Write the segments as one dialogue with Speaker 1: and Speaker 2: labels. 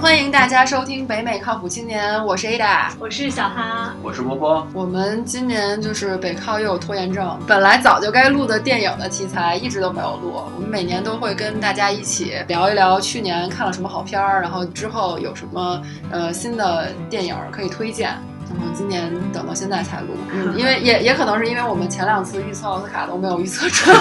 Speaker 1: 欢迎大家收听北美靠谱青年，我是 Ada。
Speaker 2: 我是小哈，
Speaker 3: 我是波波，
Speaker 1: 我们今年就是北靠又有拖延症，本来早就该录的电影的题材一直都没有录。我们每年都会跟大家一起聊一聊去年看了什么好片儿，然后之后有什么呃新的电影可以推荐。然后今年等到现在才录，嗯，因为也也可能是因为我们前两次预测奥斯卡都没有预测准，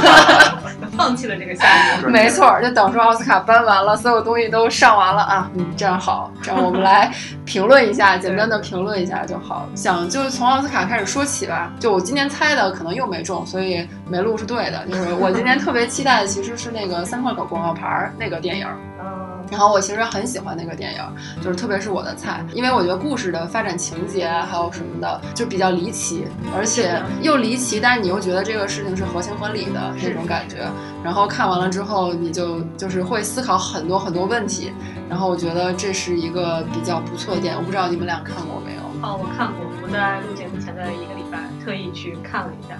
Speaker 2: 放弃了这个项目。
Speaker 1: 没错，就等说奥斯卡颁完了，所有东西都上完了啊，嗯，这样好，这样我们来评论一下，简单的评论一下就好。想就是从奥斯卡开始说起吧，就我今年猜的可能又没中，所以没录是对的。就是我今年特别期待的其实是那个《三块狗广告牌儿》那个电影儿，
Speaker 2: 嗯，
Speaker 1: 然后我其实很喜欢那个电影儿，就是特别是我的菜，因为我觉得故事的发展情节啊还有什么的就比较离奇，而且又离奇，但是你又觉得这个事情是合情合理的那种感觉。然后看完了之后，你就就是会思考很多很多问题。然后我觉得这是一个比较不错的电影，我不知道你们俩看过没有？
Speaker 2: 哦，我看过，我在录节目前的一个礼拜特意去看了一下，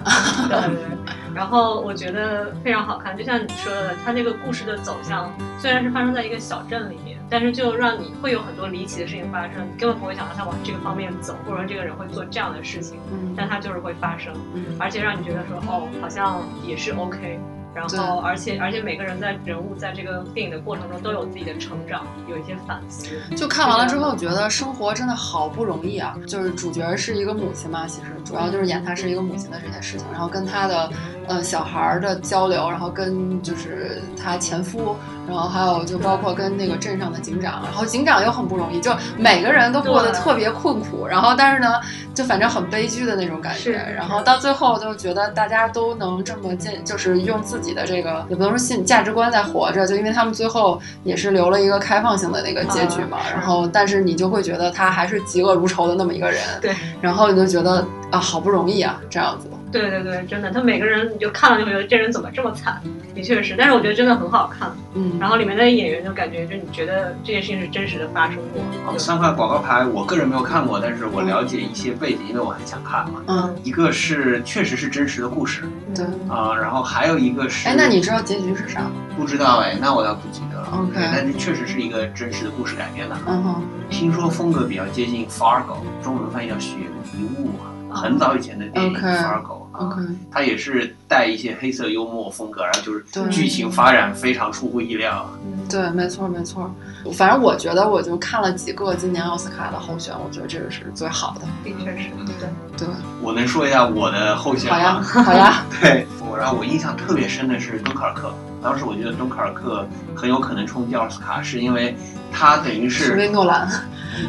Speaker 2: 对对对。然后我觉得非常好看，就像你说的，它这个故事的走向虽然是发生在一个小镇里面，但是就让你会有很多离奇的事情发生，你根本不会想到它往这个方面走，或者说这个人会做这样的事情，
Speaker 1: 嗯
Speaker 2: 但它就是会发生，
Speaker 1: 嗯
Speaker 2: 而且让你觉得说哦，好像也是 OK。然后，而且而且每个人在人物在这个电影的过程中都有自己的成长，有一些反思。
Speaker 1: 就看完了之后，觉得生活真的好不容易啊！就是主角是一个母亲嘛，其实主要就是演她是一个母亲的这件事情，然后跟她的呃小孩儿的交流，然后跟就是她前夫，然后还有就包括跟那个镇上的警长，然后警长又很不容易，就每个人都过得
Speaker 2: 对
Speaker 1: 特别困苦，然后但是呢，就反正很悲剧的那种感觉。
Speaker 2: 是
Speaker 1: 然后到最后就觉得大家都能这么见，就是用自己的这个也不能说信价值观在活着，就因为他们最后也是留了一个开放性的那个结局嘛。
Speaker 2: 啊是
Speaker 1: 然后但是你就会觉得他还是嫉恶如仇的那么一个人，
Speaker 2: 对，
Speaker 1: 然后你就觉得啊好不容易啊这样子。
Speaker 2: 对对对，真的，他每个人你就看了就会觉得这人怎么这么惨，的确是，但是我觉得真的很好看。
Speaker 1: 嗯，
Speaker 2: 然后里面的演员就感觉，就你觉得这件事情是真实的发生过。
Speaker 3: 哦，三块广告牌，我个人没有看过，但是我了解一些背景，因为我很想看嘛。
Speaker 1: 嗯，
Speaker 3: 一个是确实是真实的故事
Speaker 1: 对
Speaker 3: 啊、然后还有一个是，
Speaker 1: 哎，那你知道结局是啥吗？
Speaker 3: 不知道哎，那我倒不记得了。
Speaker 1: OK
Speaker 3: 对但是确实是一个真实的故事改编的，
Speaker 1: 嗯哼，
Speaker 3: 听说风格比较接近 Fargo，中文翻译叫《雪梨物》啊，很早以前的电影
Speaker 1: 哦 OK
Speaker 3: Fargo 啊
Speaker 1: OK，
Speaker 3: 它也是带一些黑色幽默风格，然后就是
Speaker 1: 对
Speaker 3: 剧情发展非常出乎意料。啊
Speaker 1: 对，没错没错。反正我觉得我就看了几个今年奥斯卡的候选，我觉得这个是最好的。
Speaker 2: 对，的确是，对，
Speaker 1: 对，
Speaker 3: 我能说一下我的候选
Speaker 1: 好
Speaker 3: 吗
Speaker 1: 呀？好 呀，
Speaker 3: 对，我然后我印象特别深的是敦刻尔克，当时我觉得敦刻尔克很有可能冲击奥斯卡，是因为它等于
Speaker 1: 是
Speaker 3: 是
Speaker 1: 薇诺兰。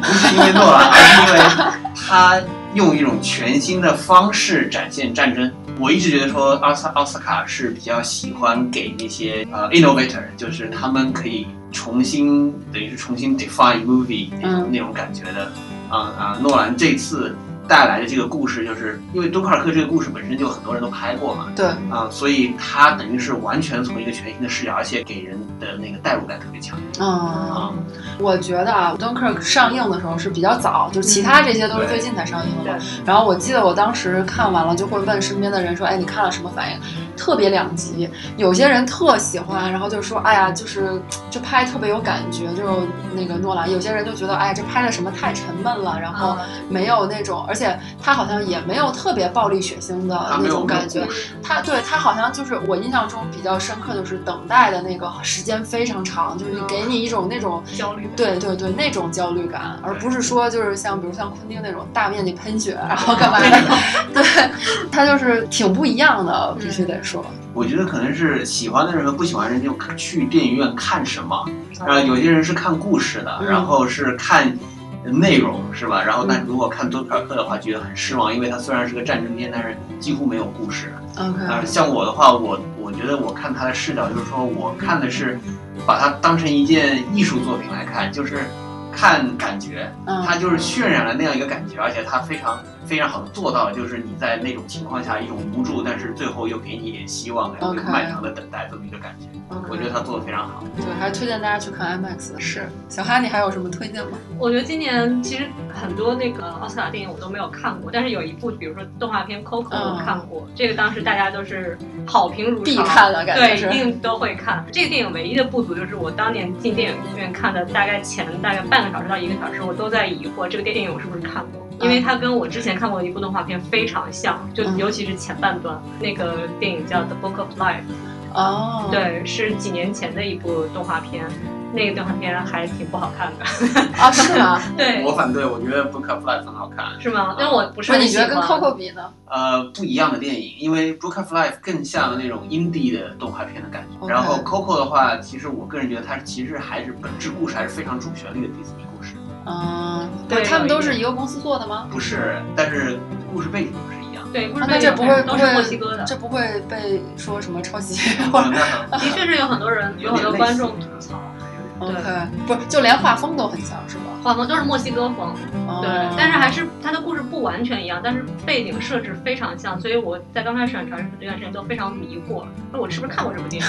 Speaker 3: 不是因为诺兰，而是因 为它用一种全新的方式展现战争。我一直觉得说奥斯奥斯卡是比较喜欢给那些呃 innovator，就是他们可以重新等于是重新 define movie 那种、
Speaker 1: 嗯
Speaker 3: 那种感觉的。啊、啊、诺兰这次带来的这个故事，就是因为敦刻尔克这个故事本身就很多人都拍过嘛。
Speaker 1: 对，
Speaker 3: 啊、所以它等于是完全从一个全新的视角，而且给人的那个代入感特别强
Speaker 1: 嗯，
Speaker 3: 啊、
Speaker 1: 我觉得啊，《敦刻尔克》上映的时候是比较早，就是其
Speaker 2: 嗯
Speaker 1: 他这些都是最近才上映的嘛。然后我记得我当时看完了，就会问身边的人说：“哎，你看了什么反应？”特别两极，有些人特喜欢，然后就说：“哎呀，就是就拍特别有感觉，就那个诺兰。”有些人就觉得：“哎呀，这拍的什么太沉闷了，然
Speaker 3: 啊
Speaker 1: 后没有那种，而且他好像也没有特别暴力血腥的
Speaker 3: 它啊没
Speaker 1: 啊那
Speaker 3: 有
Speaker 1: 种感
Speaker 3: 没
Speaker 1: 觉
Speaker 3: 有故。事
Speaker 1: 他对他好像就是我印象中比较深刻，就是等待的那个时间非常长，就是给你一种那种
Speaker 2: 焦虑的
Speaker 1: 对对对那种焦虑感，而不是说就是像比如像昆汀那种大面积喷血然后 干嘛的，对，他就是挺不一样的，必
Speaker 2: 嗯
Speaker 1: 须得说，
Speaker 3: 我觉得可能是喜欢的人和不喜欢的人就去电影院看什么，
Speaker 1: 啊
Speaker 3: 然后有些人是看故事的，
Speaker 1: 嗯
Speaker 3: 然后是看内容是吧？然后但
Speaker 1: 嗯
Speaker 3: 如果看敦刻尔克的话，觉得很失望，因为它虽然是个战争片，但是几乎没有故事。啊、
Speaker 1: ，OK，
Speaker 3: 像我的话，我我觉得我看它的视角就是说我看的是把它当成一件艺术作品来看，就是看感觉，
Speaker 1: 嗯
Speaker 3: 它就是渲染了那样一个感觉，而且它非常非常好的做到，就是你在那种情况下一种无助，但是最后又给你一点希望，然后又
Speaker 1: OK
Speaker 3: 漫长的等待这么一个感觉。我觉得他做的非常好。
Speaker 1: 对，还是推荐大家去看 IMAX。是，小哈，你还有什么推荐吗？
Speaker 2: 我觉得今年其实很多那个奥斯卡电影我都没有看过，但是有一部，比如说动画片《Coco》
Speaker 1: 嗯
Speaker 2: 我看过，这个当时大家都是好评如潮，
Speaker 1: 必看的感觉
Speaker 2: 对，
Speaker 1: 是
Speaker 2: 一定都会看。这个电影唯一的不足就是我当年进电影院看的，大概前大概半个小时到一个小时，我都在疑惑这个电影我是不是看过。因为它跟我之前看过的一部动画片非常像，就
Speaker 1: 嗯
Speaker 2: 尤其是前半段，那个电影叫《The Book of Life》，
Speaker 1: 哦，，
Speaker 2: 对，是几年前的一部动画片，那个动画片还挺不好看的。
Speaker 1: 啊，是吗？
Speaker 2: 对，
Speaker 3: 我反对，我觉得《Book of Life》很好看，
Speaker 2: 是吗？但我 不是
Speaker 1: 不是，
Speaker 2: 很
Speaker 1: 你
Speaker 2: 喜
Speaker 1: 觉得
Speaker 2: 欢
Speaker 1: 跟 Coco 比呢？
Speaker 3: 呃，不一样的电影，因为《Book of Life》更像那种 indie 的动画片的感觉。
Speaker 1: OK
Speaker 3: 然后《Coco》的话，其实我个人觉得它其实还是本质故事还是非常主旋律的迪士尼故事，
Speaker 1: 嗯，
Speaker 2: 对
Speaker 1: 不是他们
Speaker 2: 有一
Speaker 1: 都是
Speaker 2: 点
Speaker 1: 一个公司做的吗？
Speaker 3: 不是，但是故事背景不是一样的。
Speaker 2: 对，不
Speaker 1: 啊
Speaker 2: 是
Speaker 1: 那这不会不
Speaker 2: 都是墨西哥
Speaker 1: 会
Speaker 2: 的，
Speaker 1: 这不会被说什么抄袭
Speaker 3: 哦那
Speaker 2: 的确是有很多人有很多观众吐槽，
Speaker 1: ？OK，不是，就连画风都很像是吗？
Speaker 2: 画风都是墨西哥风，对，
Speaker 1: 哦
Speaker 2: 但是还是它的故事不完全一样，但是背景设置非常像，所以我在刚开始很长一段时间都非常迷惑，那我是不是看过这 部电影？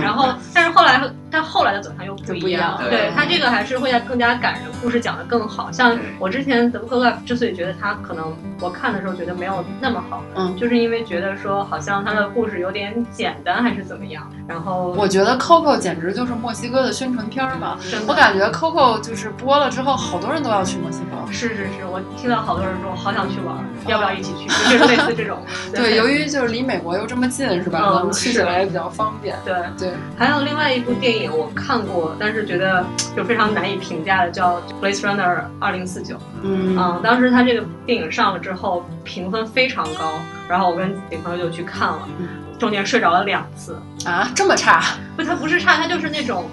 Speaker 2: 然后，但是后来它后来的走向又不
Speaker 1: 就不一
Speaker 2: 一
Speaker 1: 样
Speaker 2: 样，
Speaker 3: 了
Speaker 2: 对它这个还是会更加感人，故事讲得更好。像
Speaker 3: 对
Speaker 2: 我之前《德布克克》之所以觉得它可能我看的时候觉得没有那么好，
Speaker 1: 嗯
Speaker 2: 就是因为觉得说好像它的故事有点简单还是怎么样，然后
Speaker 1: 我觉得 Coco 简直就是墨西哥的宣传片儿嘛。
Speaker 2: 真的
Speaker 1: 我感觉 Coco 就是播了之后，好多人都要去墨西哥。
Speaker 2: 是是是，我听到好多人说好想去玩儿，要不要一起去？就是类似这种。
Speaker 1: 哦 对，由于就是离美国又这么近，是吧？
Speaker 2: 嗯
Speaker 1: 我们去起
Speaker 2: 是
Speaker 1: 来也比较方便。
Speaker 2: 对，
Speaker 1: 对，
Speaker 2: 还有另外一部电影我看过，但是觉得就非常难以评价的，叫《Blade Runner 二零四九》。
Speaker 1: 嗯
Speaker 2: 嗯，当时他这个电影上了之后，评分非常高，然后我跟女朋友就去看了
Speaker 1: 嗯，
Speaker 2: 中间睡着了两次。
Speaker 1: 啊，这么差？
Speaker 2: 不，它不是差，它就是那种，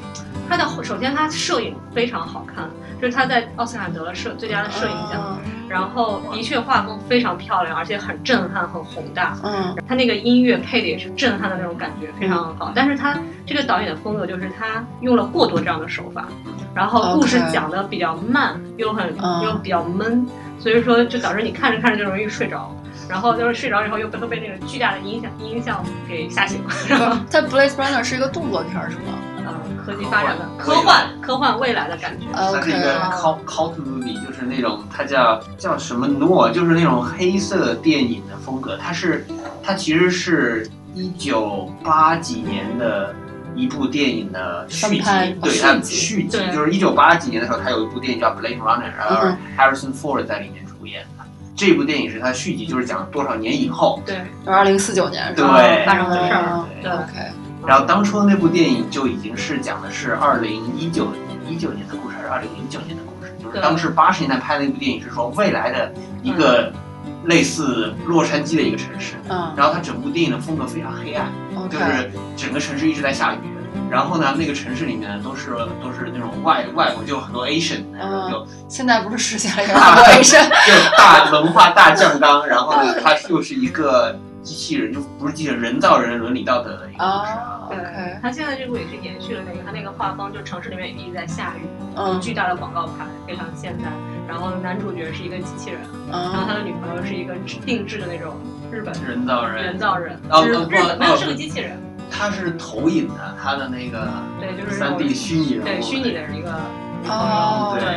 Speaker 2: 它的首先它摄影非常好看，就是他在奥斯卡得了摄最佳的嗯摄影
Speaker 1: 哦
Speaker 2: 奖，然后的确画风非常漂亮，而且很震撼，很宏大。
Speaker 1: 嗯，
Speaker 2: 他那个音乐配的也是震撼的那种感觉，非常好。但是他这个导演的风格就是他用了过多这样的手法，然后故事
Speaker 1: OK
Speaker 2: 讲的比较慢，又很
Speaker 1: 嗯
Speaker 2: 又比较闷，所以说就导致你看着看着就容易睡着。然后就是睡着以后又被会被那个巨大的音响音效给吓醒，然后
Speaker 1: 不，它 Blade Runner 是一个动作片儿是吗？
Speaker 2: 呃科技发展的科
Speaker 3: 科幻
Speaker 2: 幻科幻未来的感觉。
Speaker 1: OK
Speaker 3: 它是一个 cult cult movie，就是那种它叫叫什么诺，就是那种黑色电影的风格。它是它其实是一九八几年的一部电影的续
Speaker 1: 翻
Speaker 3: 集
Speaker 1: 拍，
Speaker 3: 对
Speaker 1: 哦
Speaker 3: 它
Speaker 1: 续
Speaker 3: 的
Speaker 1: 集
Speaker 3: 续集
Speaker 2: 对
Speaker 3: 就是一九八几年的时候，它有一部电影叫《Blade Runner》，然后
Speaker 1: 嗯
Speaker 3: Harrison Ford 在里面主演的。这部电影是它续集，就是讲多少年以后，
Speaker 2: 对
Speaker 1: 就二零四九年是
Speaker 3: 对
Speaker 1: 吧？
Speaker 2: 发生的事儿。
Speaker 1: 嗯
Speaker 2: 对
Speaker 1: OK，
Speaker 3: 然后当初那部电影就已经是讲的是二零一九一九年的故事，还是二零零九年的故事？就是
Speaker 2: 对
Speaker 3: 当时八十年代拍的一部电影，是说未来的一个类似洛杉矶的一个城市。
Speaker 1: 嗯
Speaker 3: 然后它整部电影的风格非常黑暗，就
Speaker 1: ，OK，
Speaker 3: 是整个城市一直在下雨。然后呢，那个城市里面都是都是那种外外国，就有很多 Asian，然
Speaker 1: 嗯
Speaker 3: 后就
Speaker 1: 现在不是实现了一个大卫生？
Speaker 3: 就大文化大酱缸。然后呢，它又是一个机器人，就不是机器人，人造人伦理道德的一个故事
Speaker 1: 啊
Speaker 3: 啊。
Speaker 2: 对
Speaker 1: ，OK，
Speaker 2: 他现在这部也是延续了那个他那个画风，就城市里面也一直在下雨，
Speaker 1: 嗯
Speaker 2: 巨大的广告牌，非常现代。然后男主角是一个机器人，然后
Speaker 1: 嗯
Speaker 2: 他的女朋友是一个制定制的那种日本
Speaker 3: 人造人，
Speaker 2: 人造人，
Speaker 3: 哦
Speaker 2: 就是
Speaker 3: 哦
Speaker 2: 日本
Speaker 3: 哦
Speaker 2: 没有
Speaker 3: 哦
Speaker 2: 是个机器人，
Speaker 3: 它是投影的，它的那个
Speaker 2: 对，就是那
Speaker 3: 三
Speaker 2: 种
Speaker 3: D 虚拟人物
Speaker 2: 对虚拟的一个
Speaker 1: 哦
Speaker 2: 对。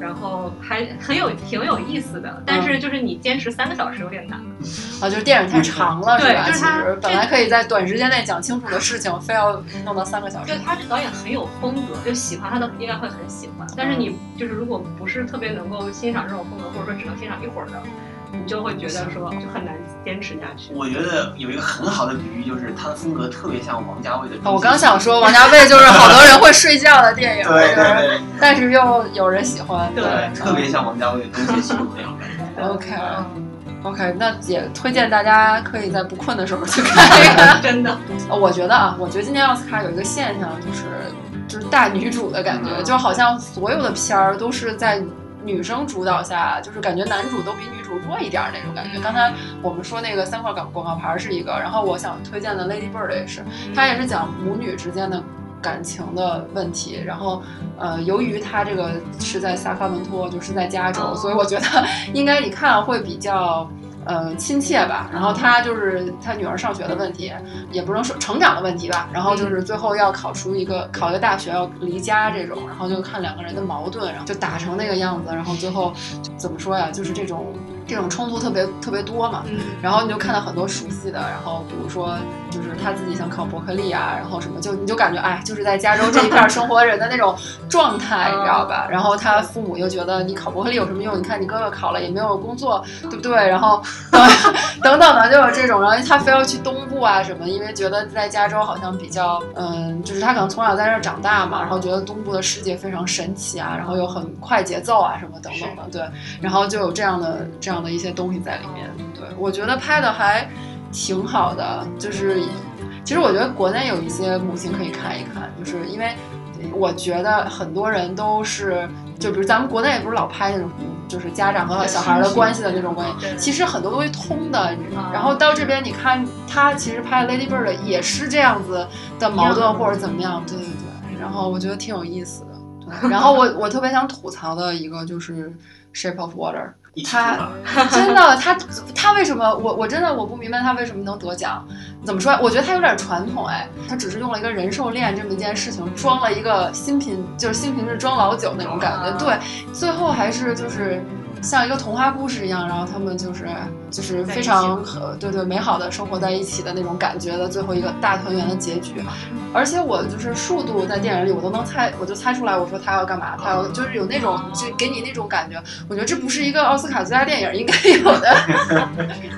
Speaker 2: 然后还很有挺有意思的，但是就是你坚持三个小时有点难。
Speaker 1: 啊，就是电影太长了，
Speaker 2: 嗯对
Speaker 1: 是吧？
Speaker 2: 就是
Speaker 1: 其
Speaker 2: 它
Speaker 1: 实本来可以在短时间内讲清楚的事情，非要弄到三个小时
Speaker 2: 就。他这导演很有风格，就喜欢他的应该会很喜欢。但是你就是如果不是特别能够欣赏这种风格，或者说只能欣赏一会儿的，你就会觉得说就很难坚持下去。
Speaker 3: 我觉得有一个很好的比喻，就是它的风格特别像王家卫的中心思
Speaker 2: 哦
Speaker 3: 想。
Speaker 1: 啊我刚想说，王家卫就是好多人会睡觉的电影，
Speaker 3: 对
Speaker 1: 就是
Speaker 3: 对对
Speaker 1: 但是又有人喜欢，嗯
Speaker 2: 对
Speaker 3: 对，特别像王家卫的东邪西毒那种感觉。
Speaker 1: OK
Speaker 2: 嗯
Speaker 1: OK，那也推荐大家可以在不困的时候去看这 个。
Speaker 2: 真的，
Speaker 1: 呃我觉得啊，我觉得今年奥斯卡有一个现象，就是就是大女主的感觉，
Speaker 2: 嗯
Speaker 1: 就好像所有的片儿都是在女生主导下，就是感觉男主都比女主弱一点儿那种感觉。刚才我们说那个三块广广告牌儿是一个，然后我想推荐的《Lady Bird》也是，它也是讲母女之间的感情的问题。然后，呃，由于它这个是在萨卡文托，就是在加州，
Speaker 2: 哦
Speaker 1: 所以我觉得 应该你看会比较。呃，亲切吧。然后他就是他女儿上学的问题，也不能说成长的问题吧。然后就是最后要考出一个考一个大学，要离家这种，然后就看两个人的矛盾，然后就打成那个样子。然后最后就怎么说呀？就是这种这种冲突特别特别多嘛。
Speaker 2: 嗯，
Speaker 1: 然后你就看到很多熟悉的，然后比如说就是他自己想考伯克利啊，然后什么就你就感觉哎，就是在加州这一片儿生活人的那种状态，你知道吧？然后他父母又觉得你考伯克利有什么用？你看你哥哥考了也没有工作，对不对？然后 等等的就有这种，然后他非要去东部啊什么，因为觉得在加州好像比较嗯，就是他可能从小在这儿长大嘛，然后觉得东部的世界非常神奇啊，然后又很快节奏啊什么等等的，对。然后就有这样的这样的一些东西在里面。对我觉得拍的还挺好的，就是其实我觉得国内有一些母亲可以看一看，就是因为我觉得很多人都是，就比如咱们国内不是老拍那种。就是嗯家长和小孩的关系的那种关系，
Speaker 2: 对
Speaker 1: 其实很多东西通的，你知道吗
Speaker 2: 啊
Speaker 1: 然后到这边你看，他其实拍《Lady Bird》也是这样子的矛
Speaker 2: 一
Speaker 1: 盾
Speaker 2: 样的
Speaker 1: 或者怎么样，对对对。然后我觉得挺有意思的。对然后我我特别想吐槽的一个就是《Shape of Water》，
Speaker 3: 一起看吧。
Speaker 1: 真的，他他为什么我我真的我不明白他为什么能得奖？怎么说？我觉得他有点传统哎，他只是用了一个人兽恋这么一件事情，装了一个新瓶，就是新瓶子装老酒那种感觉。
Speaker 2: 啊
Speaker 1: 对，最后还是就是像一个童话故事一样，然后他们就是就是非常呃对对美好的生活在一起的那种感觉的最后一个大团圆的结局。而且我就是数度在电影里我都能猜，我就猜出来，我说他要干嘛，他要就是有那种就给你那种感觉。我觉得这不是一个奥斯卡最佳电影应该有的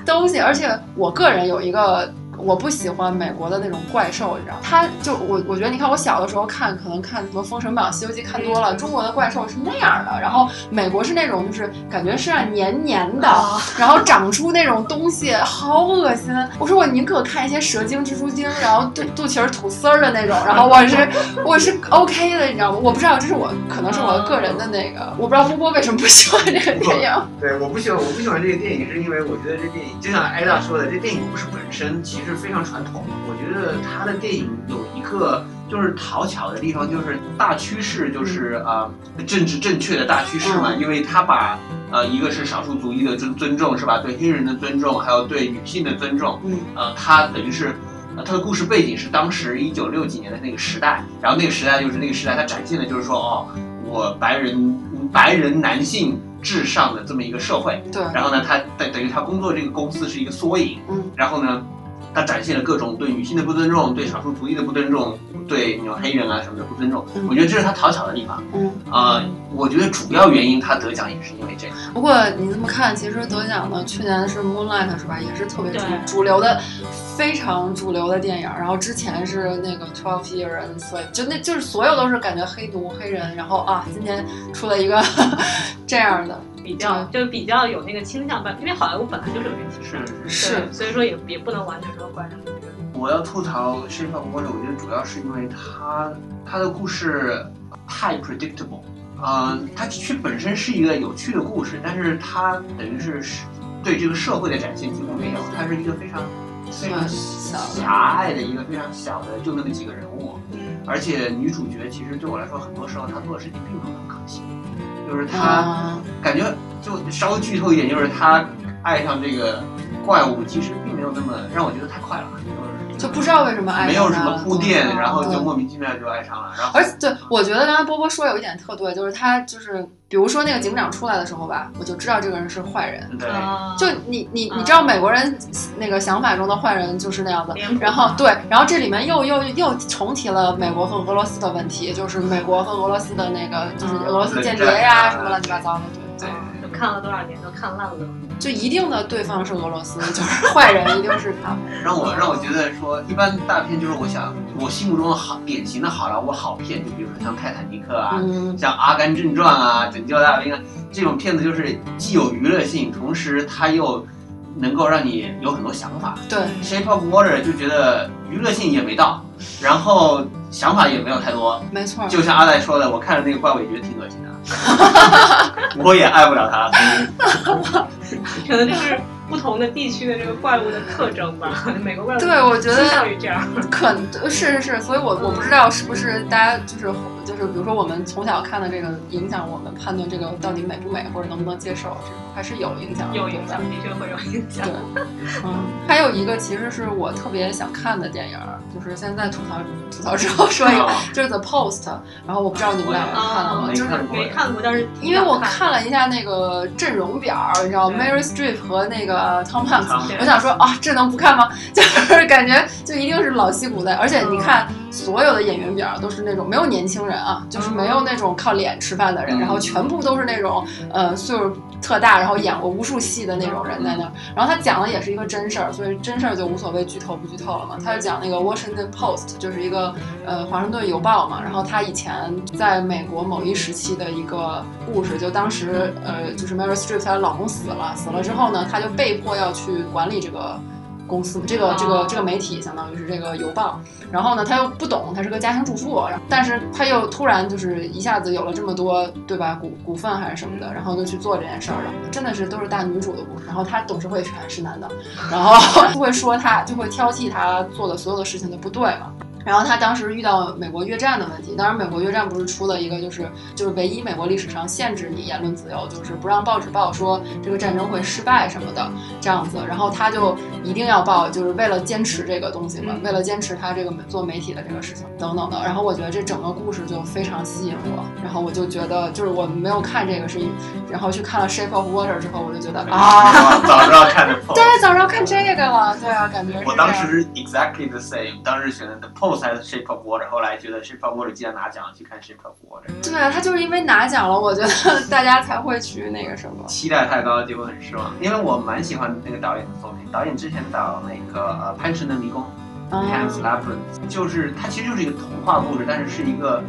Speaker 1: 东西，而且我个人有一个。我不喜欢美国的那种怪兽，你知道，他就我我觉得，你看我小的时候看，可能看什么《封神榜》《西游记》看多了，中国的怪兽是那样的，然后美国是那种就是感觉身上黏黏的，
Speaker 2: 啊
Speaker 1: 然后长出那种东西，好恶心！我说我宁可看一些蛇精、蜘蛛精，然后肚肚脐儿吐丝儿的那种，然后我是我是 OK 的，你知道吗？我不知道这是我可能是我个人的那个，我不知道波波为什么不喜欢这个电影。
Speaker 3: 对，我不喜欢，我不喜欢这个电影，是因为我觉得这电影就像艾达说的，这电影故事本身其实非常传统。我觉得他的电影有一个就是讨巧的地方，就是大趋势就是啊、呃政治正确的大趋势嘛，因为他把呃一个是少数族裔的尊尊重是吧，对黑人的尊重，还有对女性的尊重，
Speaker 1: 嗯，
Speaker 3: 呃，他等于是。呃，他的故事背景是当时一九六几年的那个时代，然后那个时代就是那个时代，它展现的就是说，哦，我白人白人男性至上的这么一个社会，
Speaker 1: 对，
Speaker 3: 然后呢，他等等于他工作这个公司是一个缩影，
Speaker 1: 嗯，
Speaker 3: 然后呢，他展现了各种对女性的不尊重，对少数族裔的不尊重，对那种黑人啊什么的不尊重，
Speaker 1: 嗯
Speaker 3: 我觉得这是他讨巧的地方
Speaker 1: 嗯。
Speaker 3: 啊、我觉得主要原因他得奖也是因为这个，
Speaker 1: 不过你这么看，其实得奖的去年是《Moonlight》是吧？也是特别主
Speaker 2: 对
Speaker 1: 主流的，非常主流的电影。然后之前是那个《Twelve Year and Slave》，就那就是所有都是感觉黑奴黑人。然后啊，今天出了一个 这样的，
Speaker 2: 比较就比较有那个倾向吧，因为好莱坞本来就是有这个倾向，
Speaker 1: 是
Speaker 2: 对所以说也也不能完全说怪他们这个。
Speaker 3: 我要吐槽《身上魔者》，我觉得主要是因为他他的故事太 predictable。呃，它其实本身是一个有趣的故事，但是它等于是对这个社会的展现几乎没有，它是一个非常非常
Speaker 1: 小的
Speaker 3: 狭隘的一个非常小的就那么几个人物，
Speaker 2: 嗯，
Speaker 3: 而且女主角其实对我来说，很多时候她做的事情并不是很可惜，就是她
Speaker 1: 啊，
Speaker 3: 感觉就稍微剧透一点，就是她爱上这个怪物，其实并没有那么让我觉得太快了，就是
Speaker 1: 就不知道为什么爱
Speaker 3: 没
Speaker 1: 上
Speaker 3: 有
Speaker 1: 他
Speaker 3: 什么
Speaker 1: 了
Speaker 3: 铺垫，
Speaker 1: 嗯
Speaker 3: 然后
Speaker 1: 对
Speaker 3: 就莫名其妙就爱上了，然后
Speaker 1: 而且对，我觉得刚才波波说有一点特对，就是他就是，比如说那个警长出来的时候吧，我就知道这个人是坏人。
Speaker 3: 对，
Speaker 2: 啊
Speaker 1: 就你你你知道美国人那个想法中的坏人就是那样子，
Speaker 2: 脸谱
Speaker 1: 然后对，然后这里面又又又重提了美国和俄罗斯的问题，就是美国和俄罗斯的那个就是俄罗斯间谍呀、
Speaker 3: 啊
Speaker 1: 什么乱七八糟的，对对，
Speaker 2: 就看了多少年都看烂了。
Speaker 1: 就一定的对方是俄罗斯，就是坏人一定是 他们。
Speaker 3: 让我让我觉得说，一般大片就是我想我心目中的好典型的好莱坞好片，就比如说像《泰坦尼克》啊，
Speaker 1: 嗯，
Speaker 3: 像《阿甘正传》啊，《拯救大兵》啊，这种片子就是既有娱乐性，同时它又能够让你有很多想法。
Speaker 1: 对，
Speaker 3: 《Shape of Water》就觉得娱乐性也没到，然后想法也没有太多。
Speaker 1: 没错儿。
Speaker 3: 就像阿呆说的，我看着那个怪物也觉得挺 恶心的，我也爱不了他。
Speaker 2: 可能就是不同的地区的这个怪物的特征吧。 美国怪物
Speaker 1: 对我觉得
Speaker 2: 倾向于这样，
Speaker 1: 可是是是，所以我我不知道是不是大家就是就是，比如说我们从小看的这个影响我们判断这个到底美不美或者能不能接受，这还是有影响的，
Speaker 2: 有
Speaker 1: 对
Speaker 2: 影
Speaker 1: 吧
Speaker 2: 响，的确会有影响。
Speaker 1: 对，嗯，还有一个其实是我特别想看的电影儿，就是现在吐槽吐槽之后说一个，
Speaker 2: 嗯
Speaker 1: 就是 The Post，然后我不知道你们俩看了
Speaker 2: 啊，
Speaker 1: 吗？
Speaker 3: 没
Speaker 1: 就是
Speaker 3: 看过
Speaker 2: 没看过，但是
Speaker 1: 因为我
Speaker 2: 看嗯
Speaker 1: 看了一下那个阵容表儿，你知道
Speaker 2: 对
Speaker 1: Mary Streep 和那个 Tom Hanks，
Speaker 3: 汤
Speaker 1: 我想说啊，这能不看吗？ 就是感觉就一定是老戏骨在，而且你看所有的演员表儿都是那种没有年轻人啊，就是没有那种靠脸吃饭的人，
Speaker 3: 嗯
Speaker 1: 然后全部都是那种呃岁数特大，然后演过无数戏的那种人在那儿。然后他讲的也是一个真事儿，所以真事儿就无所谓剧透不剧透了嘛。他就讲那个 Washington Post，就是一个呃华盛顿邮报嘛，然后他以前在美国某一时期的一个故事，就当时呃就是 Meryl Streep 她的老公死了，死了之后呢，她就被迫要去管理这个。公司这个这个这个媒体相当于是这个邮报，然后呢，她又不懂，她是个家庭主妇，然后但是她又突然就是一下子有了这么多，对吧？股股份还是什么的，然后就去做这件事儿了，真的是都是大女主的故事。然后她董事会全是男的，然后就会说她就会挑剔她做的所有的事情的不对嘛。然后她当时遇到美国越战的问题，当然美国越战不是出了一个就是就是唯一美国历史上限制你言论自由，就是不让报纸报说这个战争会失败什么的这样子。然后她就一定要报，就是为了坚持这个东西嘛，
Speaker 2: 嗯
Speaker 1: 为了坚持她这个做媒体的这个事情等等的。然后我觉得这整个故事就非常吸引我，然后我就觉得就是我没有看这个是一，然后去看了《Shape of Water》之后，我就觉得 啊。
Speaker 3: 早知道看 的 Pose。
Speaker 1: 对，啊早上看这个了，对啊，感觉是
Speaker 3: 我
Speaker 1: 这
Speaker 3: 当
Speaker 1: 样。
Speaker 3: 时是 exactly the same，当时选的 The Post 还是 Shape of Water，后来觉得 Shape of Water 既然拿奖了，去看 Shape of Water。
Speaker 1: 对啊，他就是因为拿奖了，我觉得大家才会去那个什么。
Speaker 3: 期待太高，结果很失望。因为我蛮喜欢那个导演的作品，导演之前导那个呃《潘神的迷宫》（Pan's
Speaker 1: 嗯，
Speaker 3: Labyrinth），就是它其实就是一个童话故事，但是是一个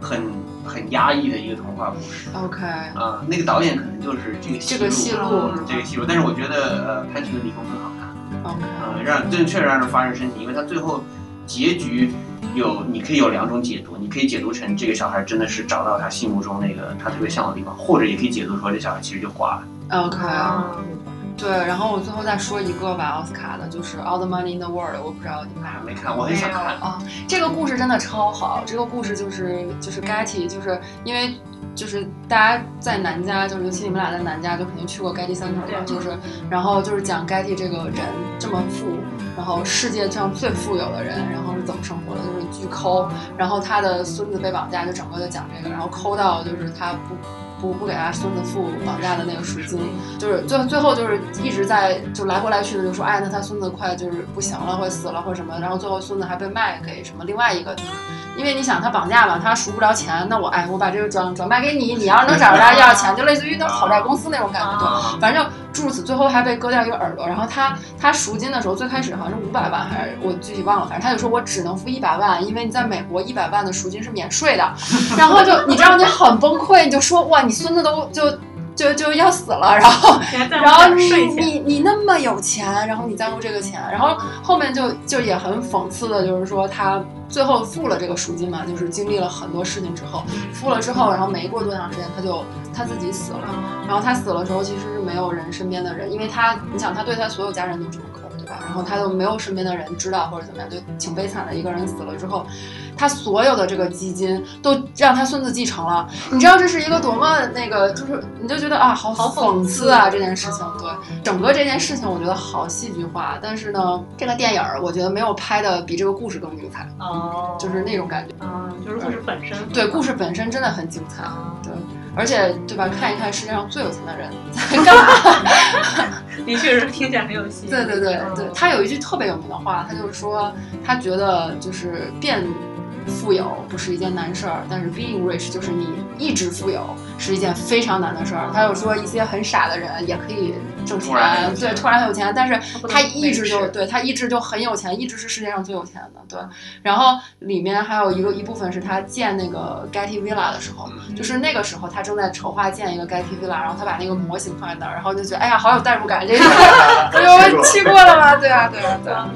Speaker 3: 很很压抑的一个童话故事。
Speaker 1: OK，
Speaker 3: 啊、那个导演可能就是这个
Speaker 1: 这个戏
Speaker 3: 戏
Speaker 1: 路
Speaker 3: 路，啊这个戏路。但是我觉得呃《潘神的迷宫》更好看。
Speaker 1: OK，
Speaker 3: 呃，让正确让人发人深省，因为他最后结局有你可以有两种解读，你可以解读成这个小孩真的是找到他心目中那个他特别向往的地方，或者也可以解读说这小孩其实就挂了。
Speaker 1: OK，
Speaker 2: 啊，
Speaker 1: 对，然后我最后再说一个吧，奥斯卡的，就是《All the Money in the World》，我不知道你们
Speaker 3: 哎
Speaker 1: 看
Speaker 3: 没看，我很想看。
Speaker 1: 这个故事真的超好，这个故事就是就是 Getty，就是因为就是大家在南加，就是尤其你们俩在南加，就肯定去过 Getty Center 吧，
Speaker 2: 对
Speaker 1: 就是然后就是讲 Getty 这个人这么富，然后世界上最富有的人，然后是怎么生活的，就是巨抠，然后他的孙子被绑架，就整个就讲这个，然后抠到就是他不。不不给他孙子付绑架的那个赎金，就是最最后就是一直在就来回来去的就说，哎，那他孙子快就是不行了，会死了或者什么，然后最后孙子还被卖给什么另外一个，就是因为你想他绑架嘛，他赎不着钱，那我哎我把这个转转卖给你，你要是能找着他要钱，就类似于那种讨债公司那种感觉，对。
Speaker 3: 啊，
Speaker 1: 反正诸如此，最后还被割掉一个耳朵。然后他他赎金的时候，最开始好像是五百万还是我具体忘了，反正他就说我只能付一百万，因为你在美国一百万的赎金是免税的。然后就你知道你很崩溃，你就说哇，你孙子都就就就要死了，然后
Speaker 2: 你还在乎
Speaker 1: 然后你
Speaker 2: 睡前
Speaker 1: 你你那么有钱，然后你在乎这个钱，然后后面就就也很讽刺的，就是说他最后付了这个赎金嘛，就是经历了很多事情之后，付了之后，然后没过多长时间他就他自己死了，
Speaker 2: 嗯
Speaker 1: 然后他死了之后其实是没有人身边的人，因为他你想他对他所有家人都这么抠，对吧？然后他就没有身边的人知道或者怎么样，就挺悲惨的一个人死了之后，他所有的这个基金都让他孙子继承了，你知道这是一个多么那个，就是你就觉得啊，好
Speaker 2: 好
Speaker 1: 讽
Speaker 2: 讽
Speaker 1: 刺
Speaker 2: 刺
Speaker 1: 啊这件事情。对，整个这件事情我觉得好戏剧化，但是呢，这个电影儿我觉得没有拍的比这个故事更精彩，
Speaker 2: 哦，
Speaker 1: 就是那种感觉。
Speaker 2: 嗯，就是故事本身
Speaker 1: 对，故事本身真的很精彩，
Speaker 2: 啊，
Speaker 1: 而且对吧？看一看世界上最有钱的人在干嘛？
Speaker 2: 的确是听起来很有戏。
Speaker 1: 对对对
Speaker 2: 嗯
Speaker 1: 对，他有一句特别有名的话，他就是说，他觉得就是变富有不是一件难事儿，但是 being rich 就是你一直富有是一件非常难的事儿。他有说一些很傻的人也可以挣
Speaker 3: 突然
Speaker 1: 钱
Speaker 3: 很，有
Speaker 1: 对，
Speaker 3: 钱
Speaker 1: 突然很有钱，但是
Speaker 2: 他不能
Speaker 1: 他一直
Speaker 2: 没
Speaker 1: 就
Speaker 2: 事
Speaker 1: 对他一直就很有钱，一直是世界上最有钱的。对，然后里面还有一个一部分是他建那个 Getty Villa 的时候，
Speaker 3: 嗯
Speaker 1: 就是那个时候他正在筹划建一个 Getty Villa，然后他把那个模型放在那儿，然后就觉得哎呀好有代入感，这个哎我就去过了吗？对啊，对啊，对啊。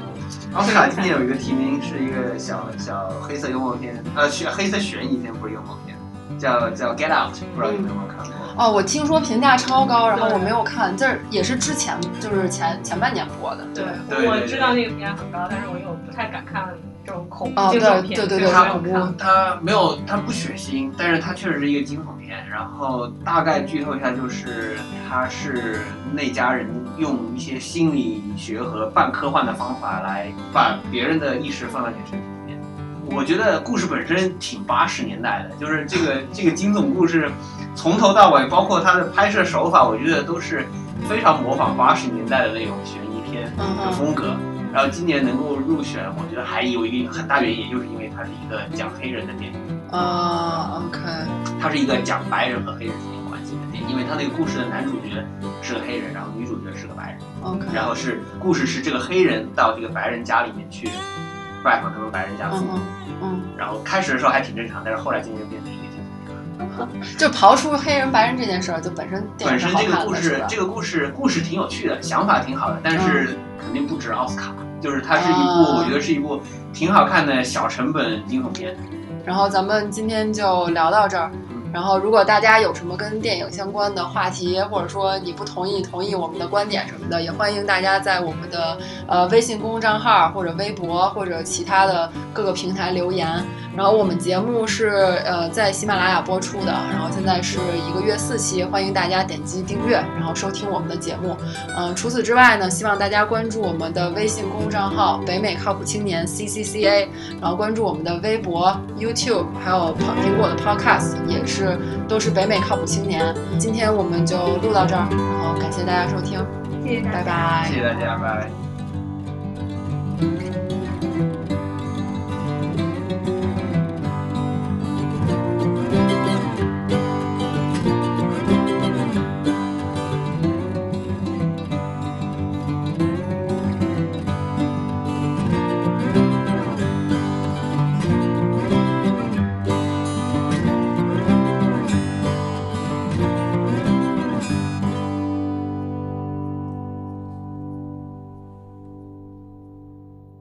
Speaker 3: 奥斯卡今年有一个提名是一个小小黑色幽默片，呃，悬黑色悬疑片不是幽默片，叫叫 Get Out，不知道你们有没有看过？
Speaker 1: 哦，我听说评价超高，然后我没有看，这也是之前就是前前半年播的。
Speaker 2: 对，
Speaker 3: 对对
Speaker 2: 我
Speaker 3: 对
Speaker 2: 知道那个评价很高，但是我又不太敢看这种恐
Speaker 1: 哦
Speaker 2: 怖惊悚
Speaker 1: 对对
Speaker 2: 片，
Speaker 1: 对
Speaker 2: 所
Speaker 1: 对
Speaker 2: 以我
Speaker 3: 它
Speaker 2: 没有
Speaker 1: 恐怖
Speaker 2: 看。
Speaker 3: 它没有，它不血腥，但是它确实是一个惊悚片。然后大概剧透一下，就是它是那家人用一些心理学和半科幻的方法来把别人的意识放到你身体里面。我觉得故事本身挺八十年代的，就是这个 这个惊悚故事从头到尾，包括它的拍摄手法，我觉得都是非常模仿八十年代的那种悬疑片。
Speaker 1: 嗯
Speaker 3: 的
Speaker 1: 嗯
Speaker 3: 风格。然后今年能够入选，我觉得还有一个很大原因，也就是因为它是一个讲黑人的电影，
Speaker 1: 啊，OK，
Speaker 3: 它是一个讲白人和黑人之间关系的电影，因为它那个故事的男主角是个黑人，然后女主角是个白人，
Speaker 1: OK，
Speaker 3: 然后是故事是这个黑人到这个白人家里面去拜访他们白人家父
Speaker 1: 嗯
Speaker 3: 母，
Speaker 1: 嗯嗯，
Speaker 3: 然后开始的时候还挺正常，但是后来渐渐变成一个惊悚片。
Speaker 1: 就刨出黑人白人这件事儿，就本身电影
Speaker 3: 本
Speaker 1: 是
Speaker 3: 身
Speaker 1: 好
Speaker 3: 这个
Speaker 1: 看
Speaker 3: 故
Speaker 1: 的，是
Speaker 3: 事
Speaker 1: 吧，？嗯
Speaker 3: 这个故事故事挺有趣的，想法挺好的，但是肯定不值奥斯卡。就是它是一部，
Speaker 1: 啊
Speaker 3: 我觉得是一部挺好看的小成本惊悚片。
Speaker 1: 然后咱们今天就聊到这儿。然后，如果大家有什么跟电影相关的话题，或者说你不同意同意我们的观点什么的，也欢迎大家在我们的呃微信公众账号或者微博或者其他的各个平台留言。然后我们节目是呃在喜马拉雅播出的，然后现在是一个月四期，欢迎大家点击订阅，然后收听我们的节目。嗯、除此之外呢，希望大家关注我们的微信公众账号“北美靠谱青年 CCCA”，然后关注我们的微博、YouTube，还有苹果的 Podcast，也是都是北美靠谱青年。今天我们就录到这儿，然后感谢大家收听，
Speaker 2: 谢谢大
Speaker 1: 拜
Speaker 2: 家
Speaker 1: 拜
Speaker 3: 谢谢大家，拜拜。